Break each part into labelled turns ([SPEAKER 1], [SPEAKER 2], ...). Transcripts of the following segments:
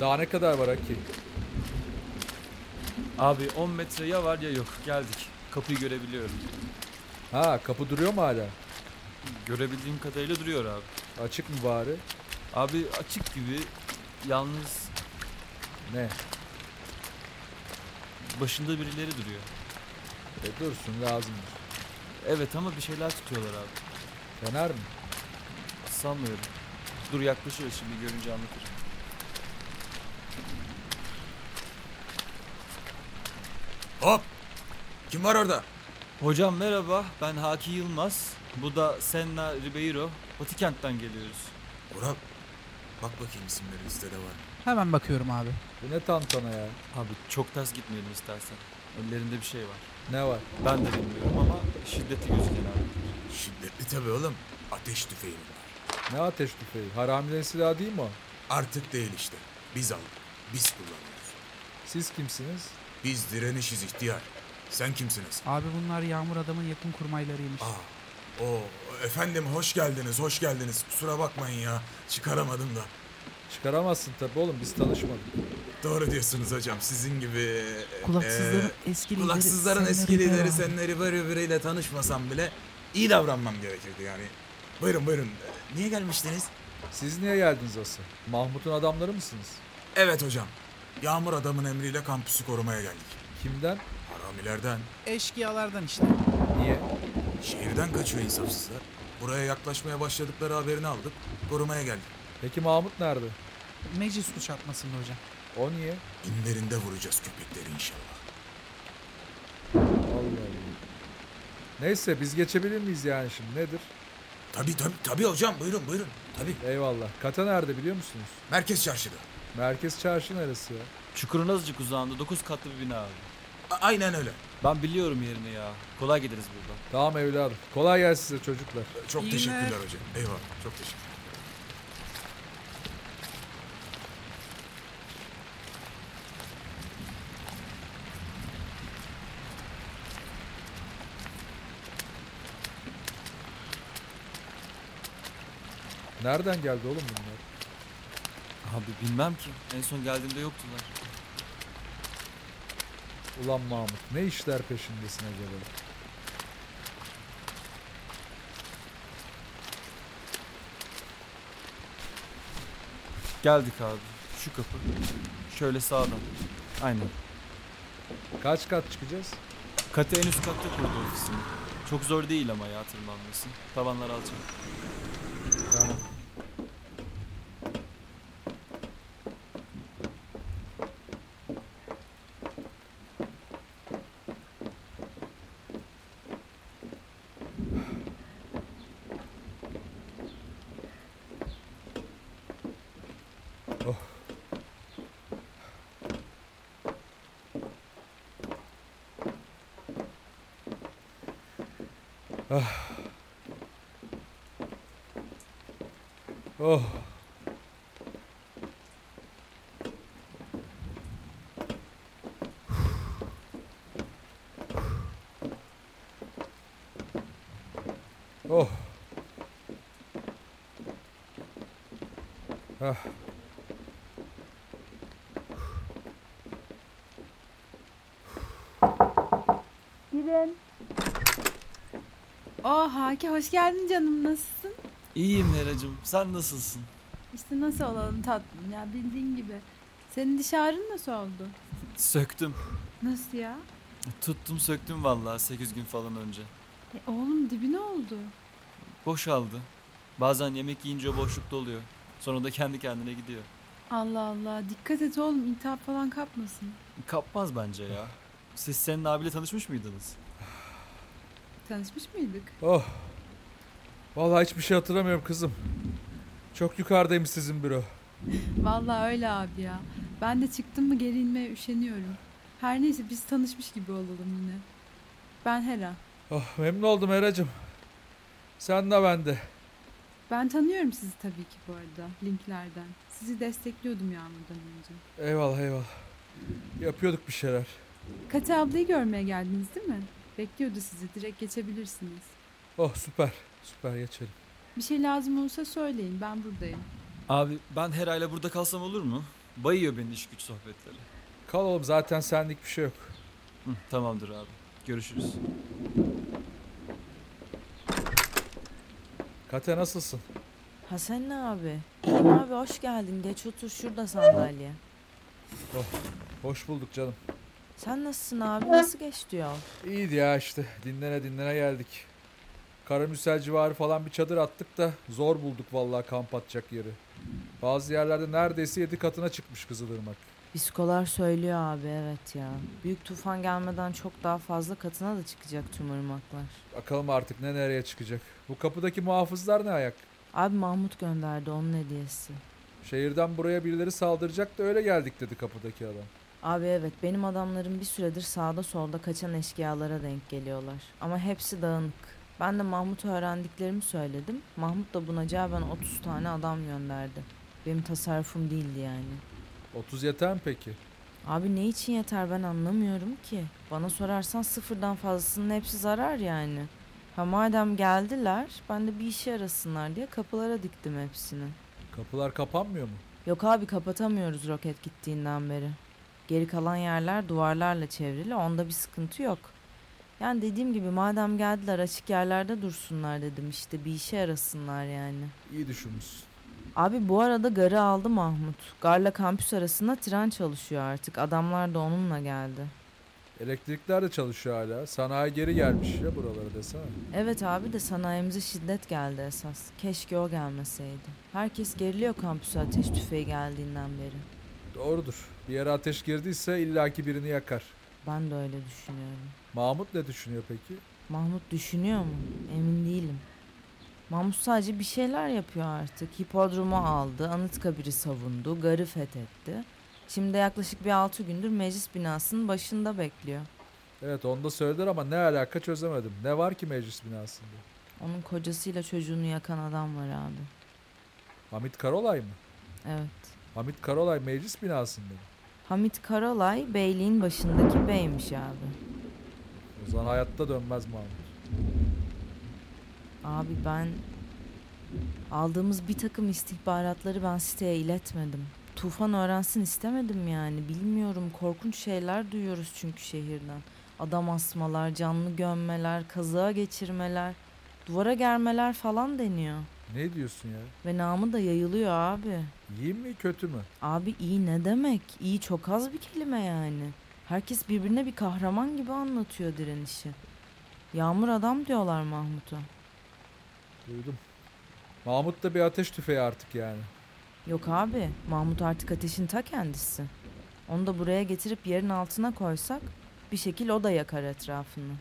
[SPEAKER 1] Daha ne kadar var Aki?
[SPEAKER 2] Abi 10 metre ya var ya yok. Geldik. Kapıyı görebiliyorum.
[SPEAKER 1] Ha kapı duruyor mu hala?
[SPEAKER 2] Görebildiğim kadarıyla duruyor abi.
[SPEAKER 1] Açık mı bari?
[SPEAKER 2] Abi açık gibi yalnız
[SPEAKER 1] Ne?
[SPEAKER 2] başında birileri duruyor.
[SPEAKER 1] E, dursun lazımdır.
[SPEAKER 2] Evet ama bir şeyler tutuyorlar abi.
[SPEAKER 1] Yanar mı?
[SPEAKER 2] Sanmıyorum. Dur yaklaşıyor şimdi görünce anlatırım.
[SPEAKER 3] Hop! Kim var orada?
[SPEAKER 2] Hocam merhaba ben Haki Yılmaz. Bu da Senna Ribeiro. Batıkent'ten geliyoruz.
[SPEAKER 3] Orhan. Bak bakayım isimleri listede var.
[SPEAKER 4] Hemen bakıyorum abi.
[SPEAKER 1] Bu ne tantana ya?
[SPEAKER 2] Abi çok ters gitmeyelim istersen. Ellerinde bir şey var.
[SPEAKER 1] Ne var?
[SPEAKER 2] Ben de bilmiyorum ama şiddeti gözüken abi.
[SPEAKER 3] Şiddetli tabii oğlum. Ateş tüfeği var.
[SPEAKER 1] Ne ateş tüfeği? Haramilerin silahı değil mi o?
[SPEAKER 3] Artık değil işte. Biz aldık. Biz kullanıyoruz.
[SPEAKER 1] Siz kimsiniz?
[SPEAKER 3] Biz direnişiz ihtiyar. Sen kimsiniz?
[SPEAKER 4] Abi bunlar Yağmur Adam'ın yakın kurmaylarıymış.
[SPEAKER 3] Aa. O efendim hoş geldiniz, hoş geldiniz. Kusura bakmayın ya. Çıkaramadım da.
[SPEAKER 1] Çıkaramazsın tabii oğlum biz tanışmadık.
[SPEAKER 3] Doğru diyorsunuz hocam. Sizin gibi
[SPEAKER 4] Kulaksızların
[SPEAKER 3] e,
[SPEAKER 4] eski lideri
[SPEAKER 3] kulaksızların
[SPEAKER 4] Senna
[SPEAKER 3] eski
[SPEAKER 4] Rivera.
[SPEAKER 3] lideri senleri böyle tanışmasam bile iyi davranmam gerekirdi yani. Buyurun buyurun. E, Niye gelmiştiniz?
[SPEAKER 1] Siz niye geldiniz asıl? Mahmut'un adamları mısınız?
[SPEAKER 3] Evet hocam. Yağmur adamın emriyle kampüsü korumaya geldik.
[SPEAKER 1] Kimden?
[SPEAKER 3] Haramilerden,
[SPEAKER 4] Eşkıyalardan işte.
[SPEAKER 1] Niye?
[SPEAKER 3] şehirden kaçıyor insafsızlar. Buraya yaklaşmaya başladıkları haberini aldık. Korumaya geldik.
[SPEAKER 1] Peki Mahmut nerede?
[SPEAKER 4] Meclis kuşatmasında hocam.
[SPEAKER 1] O niye?
[SPEAKER 3] İnlerinde vuracağız köpekleri inşallah.
[SPEAKER 1] Allah Allah. Neyse biz geçebilir miyiz yani şimdi nedir?
[SPEAKER 3] Tabii tabii tabii hocam buyurun buyurun. Tabii.
[SPEAKER 1] Eyvallah. Kata nerede biliyor musunuz?
[SPEAKER 3] Merkez çarşıda.
[SPEAKER 1] Merkez çarşı neresi ya?
[SPEAKER 2] Çukurun azıcık uzağında 9 katlı bir bina abi.
[SPEAKER 3] A- aynen öyle.
[SPEAKER 2] Ben biliyorum yerini ya. Kolay gideriz buradan.
[SPEAKER 1] Tamam evladım. Kolay gelsin size çocuklar.
[SPEAKER 3] E, Çok
[SPEAKER 4] İyi
[SPEAKER 3] teşekkürler
[SPEAKER 4] günler.
[SPEAKER 3] hocam. Eyvallah. Çok teşekkür.
[SPEAKER 1] Nereden geldi oğlum bunlar?
[SPEAKER 2] Abi bilmem ki. En son geldiğimde yoktular.
[SPEAKER 1] Ulan Mahmut ne işler peşindesin acaba?
[SPEAKER 2] Geldik abi. Şu kapı. Şöyle sağdan. Aynen.
[SPEAKER 1] Kaç kat çıkacağız?
[SPEAKER 2] Katı en üst katta kurdu ofisini. Çok zor değil ama ya tırmanması. Tavanlar alçak.
[SPEAKER 1] Tamam. Oh. Oh. Ah.
[SPEAKER 5] Girin. Oh Haki hoş geldin canım nasılsın?
[SPEAKER 2] İyiyim Heracığım. Sen nasılsın?
[SPEAKER 5] İşte nasıl olalım tatlım ya bildiğin gibi. Senin diş ağrın nasıl oldu?
[SPEAKER 2] Söktüm.
[SPEAKER 5] Nasıl ya?
[SPEAKER 2] Tuttum söktüm vallahi 8 gün falan önce.
[SPEAKER 5] E, oğlum dibine oldu.
[SPEAKER 2] Boşaldı. Bazen yemek yiyince o boşlukta oluyor. Sonra da kendi kendine gidiyor.
[SPEAKER 5] Allah Allah dikkat et oğlum iltihap falan kapmasın.
[SPEAKER 2] Kapmaz bence ya. Siz senin abiyle tanışmış mıydınız?
[SPEAKER 5] Tanışmış mıydık?
[SPEAKER 1] Oh. Vallahi hiçbir şey hatırlamıyorum kızım. Çok yukarıdaymış sizin büro.
[SPEAKER 5] Vallahi öyle abi ya. Ben de çıktım mı geri inmeye üşeniyorum. Her neyse biz tanışmış gibi olalım yine. Ben Hera.
[SPEAKER 1] Oh, memnun oldum Eracığım. Sen de ben de.
[SPEAKER 5] Ben tanıyorum sizi tabii ki bu arada linklerden. Sizi destekliyordum Yağmur'dan önce.
[SPEAKER 1] Eyvallah eyvallah. Yapıyorduk bir şeyler.
[SPEAKER 5] Kati ablayı görmeye geldiniz değil mi? Bekliyordu sizi. Direkt geçebilirsiniz.
[SPEAKER 1] Oh süper. Süper geçelim.
[SPEAKER 5] Bir şey lazım olursa söyleyin. Ben buradayım.
[SPEAKER 2] Abi ben Hera'yla burada kalsam olur mu? Bayıyor beni iş güç sohbetleri.
[SPEAKER 1] Kal oğlum zaten senlik bir şey yok.
[SPEAKER 2] Hı, tamamdır abi. Görüşürüz.
[SPEAKER 1] Kate nasılsın?
[SPEAKER 6] Hasan abi. Abi hoş geldin. Geç otur şurada sandalye.
[SPEAKER 1] Hoş bulduk canım.
[SPEAKER 6] Sen nasılsın abi? Nasıl geçti yol?
[SPEAKER 1] İyiydi ya işte. Dinlene dinlene geldik. Karamüsel civarı falan bir çadır attık da zor bulduk vallahi kamp atacak yeri. Bazı yerlerde neredeyse yedi katına çıkmış Kızılırmak.
[SPEAKER 6] Psikolar söylüyor abi evet ya. Büyük tufan gelmeden çok daha fazla katına da çıkacak tüm ırmaklar.
[SPEAKER 1] Bakalım artık ne nereye çıkacak. Bu kapıdaki muhafızlar ne ayak?
[SPEAKER 6] Abi Mahmut gönderdi onun hediyesi.
[SPEAKER 1] Şehirden buraya birileri saldıracak da öyle geldik dedi kapıdaki adam.
[SPEAKER 6] Abi evet benim adamlarım bir süredir sağda solda kaçan eşkıyalara denk geliyorlar. Ama hepsi dağınık. Ben de Mahmut'a öğrendiklerimi söyledim. Mahmut da buna cevaben 30 tane adam gönderdi. Benim tasarrufum değildi yani.
[SPEAKER 1] 30 yeter mi peki?
[SPEAKER 6] Abi ne için yeter ben anlamıyorum ki. Bana sorarsan sıfırdan fazlasının hepsi zarar yani. Ha madem geldiler ben de bir işe yarasınlar diye kapılara diktim hepsini.
[SPEAKER 1] Kapılar kapanmıyor mu?
[SPEAKER 6] Yok abi kapatamıyoruz roket gittiğinden beri. Geri kalan yerler duvarlarla çevrili onda bir sıkıntı yok. Yani dediğim gibi madem geldiler açık yerlerde dursunlar dedim işte bir işe yarasınlar yani.
[SPEAKER 1] İyi düşünmüşsün.
[SPEAKER 6] Abi bu arada garı aldı Mahmut. Garla kampüs arasında tren çalışıyor artık adamlar da onunla geldi.
[SPEAKER 1] Elektrikler de çalışıyor hala. Sanayi geri gelmiş ya buralara desene.
[SPEAKER 6] Evet abi de sanayimize şiddet geldi esas. Keşke o gelmeseydi. Herkes geriliyor kampüse ateş tüfeği geldiğinden beri.
[SPEAKER 1] Doğrudur. Bir yere ateş girdiyse illaki birini yakar.
[SPEAKER 6] Ben de öyle düşünüyorum.
[SPEAKER 1] Mahmut ne düşünüyor peki?
[SPEAKER 6] Mahmut düşünüyor mu? Emin değilim. Mahmut sadece bir şeyler yapıyor artık. Hipodromu aldı, Anıtkabir'i savundu, Gar'ı fethetti. Şimdi yaklaşık bir 6 gündür meclis binasının başında bekliyor.
[SPEAKER 1] Evet onu da söylediler ama ne alaka çözemedim. Ne var ki meclis binasında?
[SPEAKER 6] Onun kocasıyla çocuğunu yakan adam var abi.
[SPEAKER 1] Hamit Karolay mı?
[SPEAKER 6] Evet.
[SPEAKER 1] Hamit Karolay meclis binasında mı?
[SPEAKER 6] Hamit Karalay beyliğin başındaki beymiş abi.
[SPEAKER 1] O zaman hayatta dönmez Mahmut.
[SPEAKER 6] Abi ben aldığımız bir takım istihbaratları ben siteye iletmedim. Tufan öğrensin istemedim yani. Bilmiyorum korkunç şeyler duyuyoruz çünkü şehirden. Adam asmalar, canlı gömmeler, kazığa geçirmeler, duvara germeler falan deniyor.
[SPEAKER 1] Ne diyorsun ya?
[SPEAKER 6] Ve namı da yayılıyor abi.
[SPEAKER 1] İyi mi kötü mü?
[SPEAKER 6] Abi iyi ne demek? İyi çok az bir kelime yani. Herkes birbirine bir kahraman gibi anlatıyor direnişi. Yağmur adam diyorlar Mahmut'a.
[SPEAKER 1] Duydum. Mahmut da bir ateş tüfeği artık yani.
[SPEAKER 6] Yok abi, Mahmut artık ateşin ta kendisi. Onu da buraya getirip yerin altına koysak bir şekil o da yakar etrafını.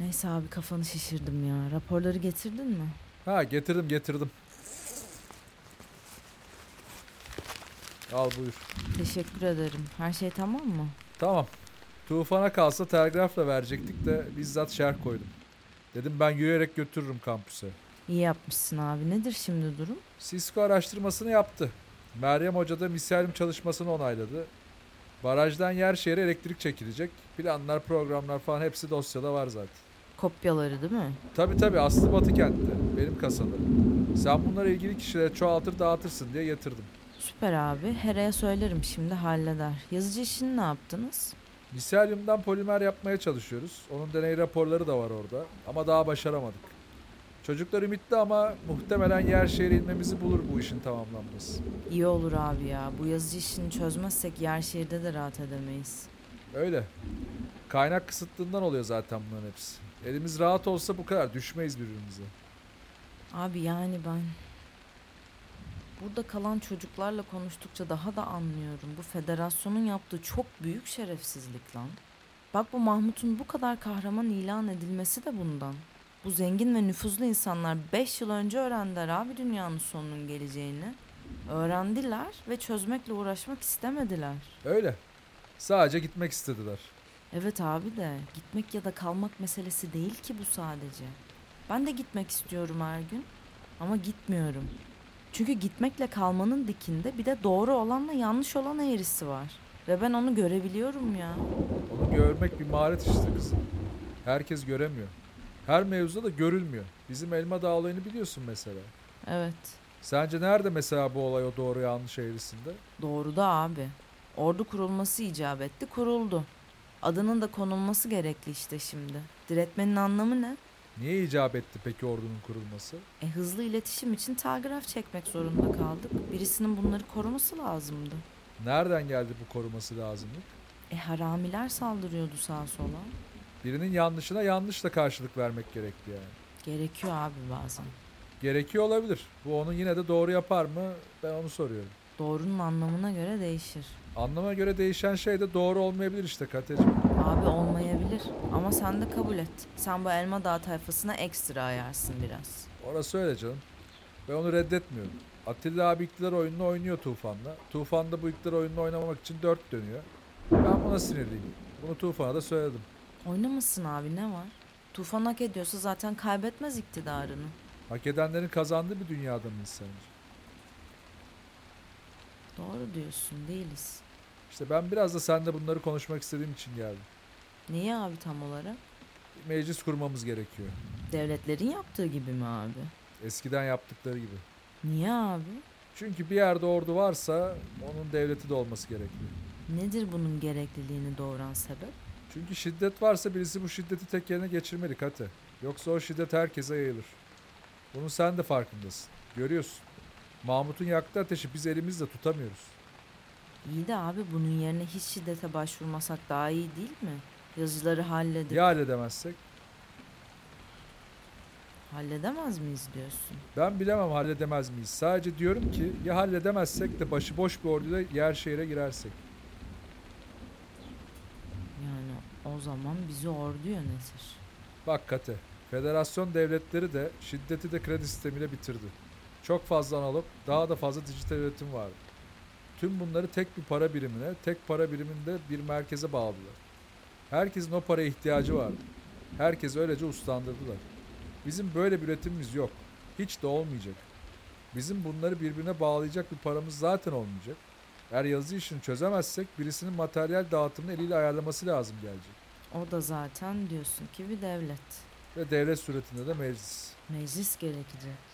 [SPEAKER 6] Neyse abi kafanı şişirdim ya. Raporları getirdin mi?
[SPEAKER 1] Ha getirdim getirdim. Al buyur.
[SPEAKER 6] Teşekkür ederim. Her şey tamam mı?
[SPEAKER 1] Tamam. Tufana kalsa telgrafla verecektik de bizzat şerh koydum. Dedim ben yürüyerek götürürüm kampüse.
[SPEAKER 6] İyi yapmışsın abi. Nedir şimdi durum?
[SPEAKER 1] Cisco araştırmasını yaptı. Meryem Hoca da misalim çalışmasını onayladı. Barajdan yer şehre elektrik çekilecek. Planlar, programlar falan hepsi dosyada var zaten.
[SPEAKER 6] Kopyaları değil mi?
[SPEAKER 1] Tabi tabi Aslı Batı kentte. Benim kasada. Sen bunları ilgili kişilere çoğaltır dağıtırsın diye getirdim.
[SPEAKER 6] Süper abi. Hera'ya söylerim şimdi halleder. Yazıcı işini ne yaptınız?
[SPEAKER 1] Misalyumdan polimer yapmaya çalışıyoruz. Onun deney raporları da var orada. Ama daha başaramadık. Çocuklar ümitli ama muhtemelen yer şehre inmemizi bulur bu işin tamamlanması.
[SPEAKER 6] İyi olur abi ya. Bu yazıcı işini çözmezsek yer şehirde de rahat edemeyiz.
[SPEAKER 1] Öyle. Kaynak kısıtlığından oluyor zaten bunların hepsi. Elimiz rahat olsa bu kadar düşmeyiz birbirimize.
[SPEAKER 6] Abi yani ben... Burada kalan çocuklarla konuştukça daha da anlıyorum. Bu federasyonun yaptığı çok büyük şerefsizlik lan. Bak bu Mahmut'un bu kadar kahraman ilan edilmesi de bundan. Bu zengin ve nüfuzlu insanlar 5 yıl önce öğrendiler abi dünyanın sonunun geleceğini. Öğrendiler ve çözmekle uğraşmak istemediler.
[SPEAKER 1] Öyle. Sadece gitmek istediler.
[SPEAKER 6] Evet abi de gitmek ya da kalmak meselesi değil ki bu sadece. Ben de gitmek istiyorum her gün ama gitmiyorum. Çünkü gitmekle kalmanın dikinde bir de doğru olanla yanlış olan eğrisi var. Ve ben onu görebiliyorum ya.
[SPEAKER 1] Onu görmek bir maharet işte kızım. Herkes göremiyor. Her mevzuda da görülmüyor. Bizim Elma Dağ olayını biliyorsun mesela.
[SPEAKER 6] Evet.
[SPEAKER 1] Sence nerede mesela bu olay o doğru yanlış eğrisinde?
[SPEAKER 6] Doğru da abi. Ordu kurulması icap etti, kuruldu. Adının da konulması gerekli işte şimdi. Diretmenin anlamı ne?
[SPEAKER 1] Niye icap etti peki ordunun kurulması?
[SPEAKER 6] E hızlı iletişim için telgraf çekmek zorunda kaldık. Birisinin bunları koruması lazımdı.
[SPEAKER 1] Nereden geldi bu koruması lazımlık?
[SPEAKER 6] E haramiler saldırıyordu sağa sola.
[SPEAKER 1] Birinin yanlışına yanlışla karşılık vermek gerekti yani.
[SPEAKER 6] Gerekiyor abi bazen.
[SPEAKER 1] Gerekiyor olabilir. Bu onu yine de doğru yapar mı? Ben onu soruyorum.
[SPEAKER 6] Doğrunun anlamına göre değişir.
[SPEAKER 1] Anlama göre değişen şey de doğru olmayabilir işte Kateciğim.
[SPEAKER 6] Abi olmayabilir ama sen de kabul et. Sen bu Elma Dağı tayfasına ekstra ayarsın biraz.
[SPEAKER 1] Orası öyle canım. Ben onu reddetmiyorum. Atilla abi iktidar oyununu oynuyor Tufan'la. Tufan da bu iktidar oyununu oynamamak için dört dönüyor. Ben buna sinirliyim. Bunu Tufan'a da söyledim.
[SPEAKER 6] Oynamasın abi ne var? Tufan hak ediyorsa zaten kaybetmez iktidarını.
[SPEAKER 1] Hak edenlerin kazandığı bir dünyada mıyız sence?
[SPEAKER 6] Doğru diyorsun değiliz.
[SPEAKER 1] İşte ben biraz da seninle bunları konuşmak istediğim için geldim.
[SPEAKER 6] Niye abi tam olarak?
[SPEAKER 1] Bir meclis kurmamız gerekiyor.
[SPEAKER 6] Devletlerin yaptığı gibi mi abi?
[SPEAKER 1] Eskiden yaptıkları gibi.
[SPEAKER 6] Niye abi?
[SPEAKER 1] Çünkü bir yerde ordu varsa onun devleti de olması gerekiyor.
[SPEAKER 6] Nedir bunun gerekliliğini doğuran sebep?
[SPEAKER 1] Çünkü şiddet varsa birisi bu şiddeti tek yerine geçirmeli Kate. Yoksa o şiddet herkese yayılır. Bunun sen de farkındasın. Görüyorsun. Mahmut'un yaktığı ateşi biz elimizle tutamıyoruz.
[SPEAKER 6] İyi de abi bunun yerine hiç şiddete başvurmasak daha iyi değil mi? Yazıcıları halledip
[SPEAKER 1] Ya halledemezsek?
[SPEAKER 6] halledemez miyiz diyorsun?
[SPEAKER 1] Ben bilemem halledemez miyiz. Sadece diyorum ki ya halledemezsek de başıboş bir orduyla yer şehire girersek.
[SPEAKER 6] Yani o zaman bizi ordu yönetir.
[SPEAKER 1] Bak Kate, federasyon devletleri de şiddeti de kredi sistemiyle bitirdi. Çok fazla analog, daha da fazla dijital üretim vardı. Tüm bunları tek bir para birimine, tek para biriminde bir merkeze bağladılar. Herkesin o paraya ihtiyacı vardı. Herkes öylece uslandırdılar. Bizim böyle bir üretimimiz yok. Hiç de olmayacak. Bizim bunları birbirine bağlayacak bir paramız zaten olmayacak. Eğer yazı işini çözemezsek birisinin materyal dağıtımını eliyle ayarlaması lazım gelecek.
[SPEAKER 6] O da zaten diyorsun ki bir devlet.
[SPEAKER 1] Ve devlet suretinde de meclis.
[SPEAKER 6] Meclis gerekecek.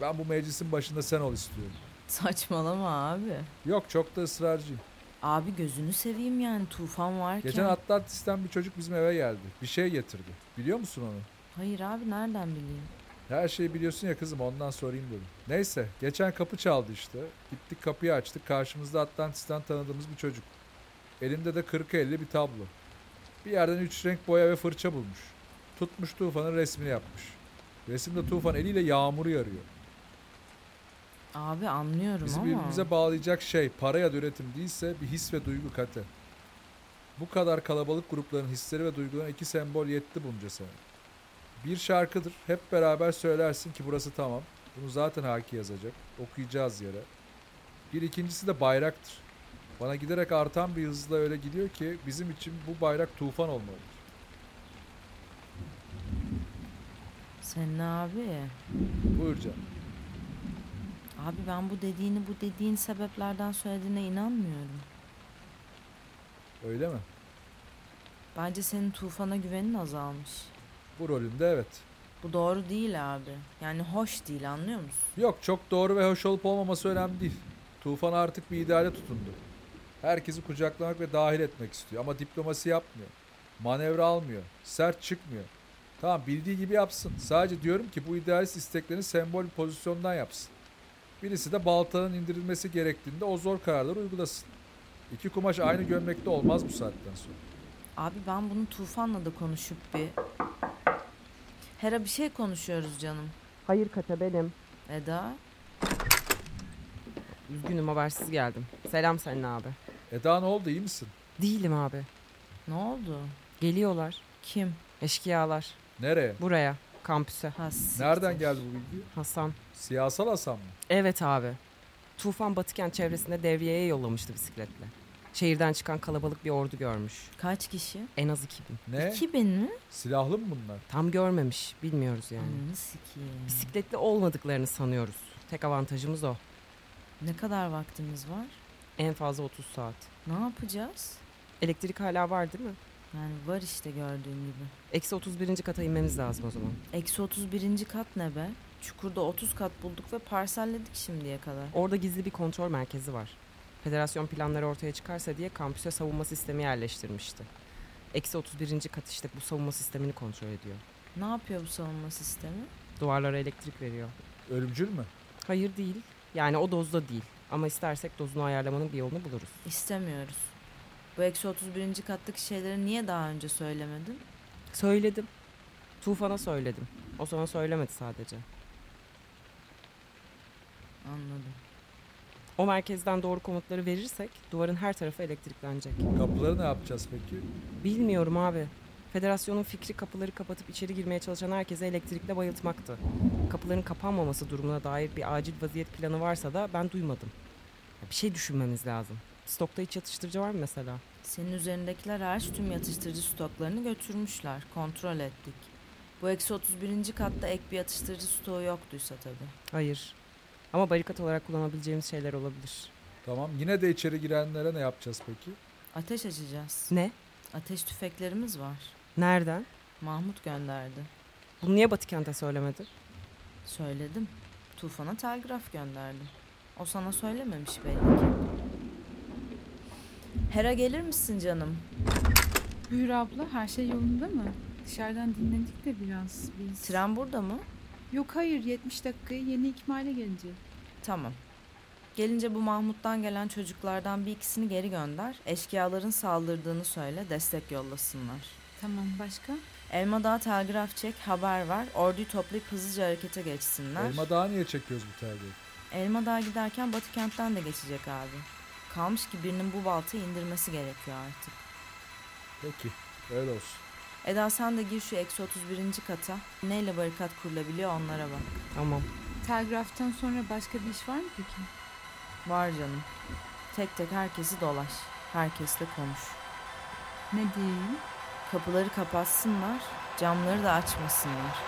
[SPEAKER 1] Ben bu meclisin başında sen ol istiyorum.
[SPEAKER 6] Saçmalama abi.
[SPEAKER 1] Yok çok da ısrarcıyım.
[SPEAKER 6] Abi gözünü seveyim yani tufan varken.
[SPEAKER 1] Geçen Atlantis'ten bir çocuk bizim eve geldi. Bir şey getirdi. Biliyor musun onu?
[SPEAKER 6] Hayır abi nereden bileyim?
[SPEAKER 1] Her şeyi biliyorsun ya kızım ondan sorayım dedim. Neyse geçen kapı çaldı işte. Gittik kapıyı açtık. Karşımızda Atlantis'ten tanıdığımız bir çocuk. Elinde de 40'a 50 bir tablo. Bir yerden üç renk boya ve fırça bulmuş. Tutmuş Tufan'ın resmini yapmış. Resimde Tufan eliyle yağmuru yarıyor.
[SPEAKER 6] Abi anlıyorum
[SPEAKER 1] Bizi
[SPEAKER 6] ama.
[SPEAKER 1] birbirimize bağlayacak şey para ya da üretim değilse bir his ve duygu katı. Bu kadar kalabalık grupların hisleri ve duygularına iki sembol yetti bunca sene. Bir şarkıdır. Hep beraber söylersin ki burası tamam. Bunu zaten Haki yazacak. Okuyacağız yere. Bir ikincisi de bayraktır. Bana giderek artan bir hızla öyle gidiyor ki bizim için bu bayrak tufan olmalıdır.
[SPEAKER 6] Senin abi.
[SPEAKER 1] Buyur canım.
[SPEAKER 6] Abi ben bu dediğini bu dediğin sebeplerden söylediğine inanmıyorum.
[SPEAKER 1] Öyle mi?
[SPEAKER 6] Bence senin tufana güvenin azalmış.
[SPEAKER 1] Bu rolünde evet.
[SPEAKER 6] Bu doğru değil abi. Yani hoş değil anlıyor musun?
[SPEAKER 1] Yok çok doğru ve hoş olup olmaması önemli değil. Tufan artık bir ideale tutundu. Herkesi kucaklamak ve dahil etmek istiyor ama diplomasi yapmıyor. Manevra almıyor. Sert çıkmıyor. Tamam bildiği gibi yapsın. Sadece diyorum ki bu idealist isteklerini sembol bir pozisyondan yapsın. Birisi de baltanın indirilmesi gerektiğinde o zor kararları uygulasın. İki kumaş aynı gömlekte olmaz bu saatten sonra.
[SPEAKER 6] Abi ben bunu tufanla da konuşup bir... Hera bir şey konuşuyoruz canım.
[SPEAKER 7] Hayır Kata benim.
[SPEAKER 6] Eda.
[SPEAKER 7] Üzgünüm habersiz geldim. Selam senin abi.
[SPEAKER 1] Eda ne oldu iyi misin?
[SPEAKER 7] Değilim abi.
[SPEAKER 6] Ne oldu?
[SPEAKER 7] Geliyorlar.
[SPEAKER 6] Kim?
[SPEAKER 7] Eşkıyalar.
[SPEAKER 1] Nereye?
[SPEAKER 7] Buraya. Kampüse.
[SPEAKER 6] Has.
[SPEAKER 1] Nereden geldi bu bilgi?
[SPEAKER 7] Hasan.
[SPEAKER 1] Siyasal Hasan mı?
[SPEAKER 7] Evet abi. Tufan Batıkent çevresinde devriyeye yollamıştı bisikletle. Şehirden çıkan kalabalık bir ordu görmüş.
[SPEAKER 6] Kaç kişi?
[SPEAKER 7] En az 2000.
[SPEAKER 1] Ne?
[SPEAKER 6] 2000 mi?
[SPEAKER 1] Silahlı mı bunlar?
[SPEAKER 7] Tam görmemiş. Bilmiyoruz
[SPEAKER 1] Hmm.
[SPEAKER 7] yani.
[SPEAKER 6] Ananı sikeyim.
[SPEAKER 7] Bisikletli olmadıklarını sanıyoruz. Tek avantajımız o.
[SPEAKER 6] Ne kadar vaktimiz var?
[SPEAKER 7] En fazla 30 saat.
[SPEAKER 6] Ne yapacağız?
[SPEAKER 7] Elektrik hala var değil mi?
[SPEAKER 6] Yani var işte gördüğün gibi.
[SPEAKER 7] Eksi 31. kata inmemiz lazım o zaman.
[SPEAKER 6] Eksi 31. kat ne be? Çukurda 30 kat bulduk ve parselledik şimdiye kadar.
[SPEAKER 7] Orada gizli bir kontrol merkezi var. Federasyon planları ortaya çıkarsa diye kampüse savunma sistemi yerleştirmişti. Eksi 31. kat işte bu savunma sistemini kontrol ediyor.
[SPEAKER 6] Ne yapıyor bu savunma sistemi?
[SPEAKER 7] Duvarlara elektrik veriyor.
[SPEAKER 1] Ölümcül mü?
[SPEAKER 7] Hayır değil. Yani o dozda değil. Ama istersek dozunu ayarlamanın bir yolunu buluruz.
[SPEAKER 6] İstemiyoruz. Bu eksi 31. kattaki şeyleri niye daha önce söylemedin?
[SPEAKER 7] Söyledim. Tufan'a söyledim. O sana söylemedi sadece.
[SPEAKER 6] Anladım.
[SPEAKER 7] O merkezden doğru komutları verirsek duvarın her tarafı elektriklenecek.
[SPEAKER 1] Kapıları ne yapacağız peki?
[SPEAKER 7] Bilmiyorum abi. Federasyonun fikri kapıları kapatıp içeri girmeye çalışan herkese elektrikle bayıltmaktı. Kapıların kapanmaması durumuna dair bir acil vaziyet planı varsa da ben duymadım. Ya Bir şey düşünmemiz lazım. Stokta hiç yatıştırıcı var mı mesela?
[SPEAKER 6] Senin üzerindekiler hariç tüm yatıştırıcı stoklarını götürmüşler. Kontrol ettik. Bu eksi 31. katta ek bir yatıştırıcı stoğu yoktuysa tabii.
[SPEAKER 7] Hayır. Ama barikat olarak kullanabileceğimiz şeyler olabilir.
[SPEAKER 1] Tamam yine de içeri girenlere ne yapacağız peki?
[SPEAKER 6] Ateş açacağız.
[SPEAKER 7] Ne?
[SPEAKER 6] Ateş tüfeklerimiz var.
[SPEAKER 7] Nereden?
[SPEAKER 6] Mahmut gönderdi.
[SPEAKER 7] Bunu niye Batıkent'e söylemedi?
[SPEAKER 6] Söyledim. Tufan'a telgraf gönderdim. O sana söylememiş belli ki. Hera gelir misin canım?
[SPEAKER 5] Buyur abla her şey yolunda mı? Dışarıdan dinlendik de biraz biz.
[SPEAKER 6] Tren burada mı?
[SPEAKER 5] Yok hayır 70 dakikayı yeni ikmale gelecek.
[SPEAKER 6] Tamam. Gelince bu Mahmut'tan gelen çocuklardan bir ikisini geri gönder. Eşkıyaların saldırdığını söyle, destek yollasınlar.
[SPEAKER 5] Tamam başka?
[SPEAKER 6] Elmadağ telgraf çek, haber ver. Orduyu toplayıp hızlıca harekete geçsinler.
[SPEAKER 1] Elma daha niye çekiyoruz bu terbiyeyi?
[SPEAKER 6] Elmadağ'a giderken Batı kentten de geçecek abi. Kalmış ki birinin bu baltayı indirmesi gerekiyor artık.
[SPEAKER 1] Peki öyle olsun.
[SPEAKER 6] Eda sen de gir şu eksi 31. kata. Neyle barikat kurulabiliyor onlara bak.
[SPEAKER 7] Tamam.
[SPEAKER 5] Telgraftan sonra başka bir iş var mı peki?
[SPEAKER 6] Var canım. Tek tek herkesi dolaş. Herkesle konuş.
[SPEAKER 5] Ne diyeyim?
[SPEAKER 6] Kapıları kapatsınlar, camları da açmasınlar.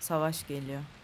[SPEAKER 6] Savaş geliyor.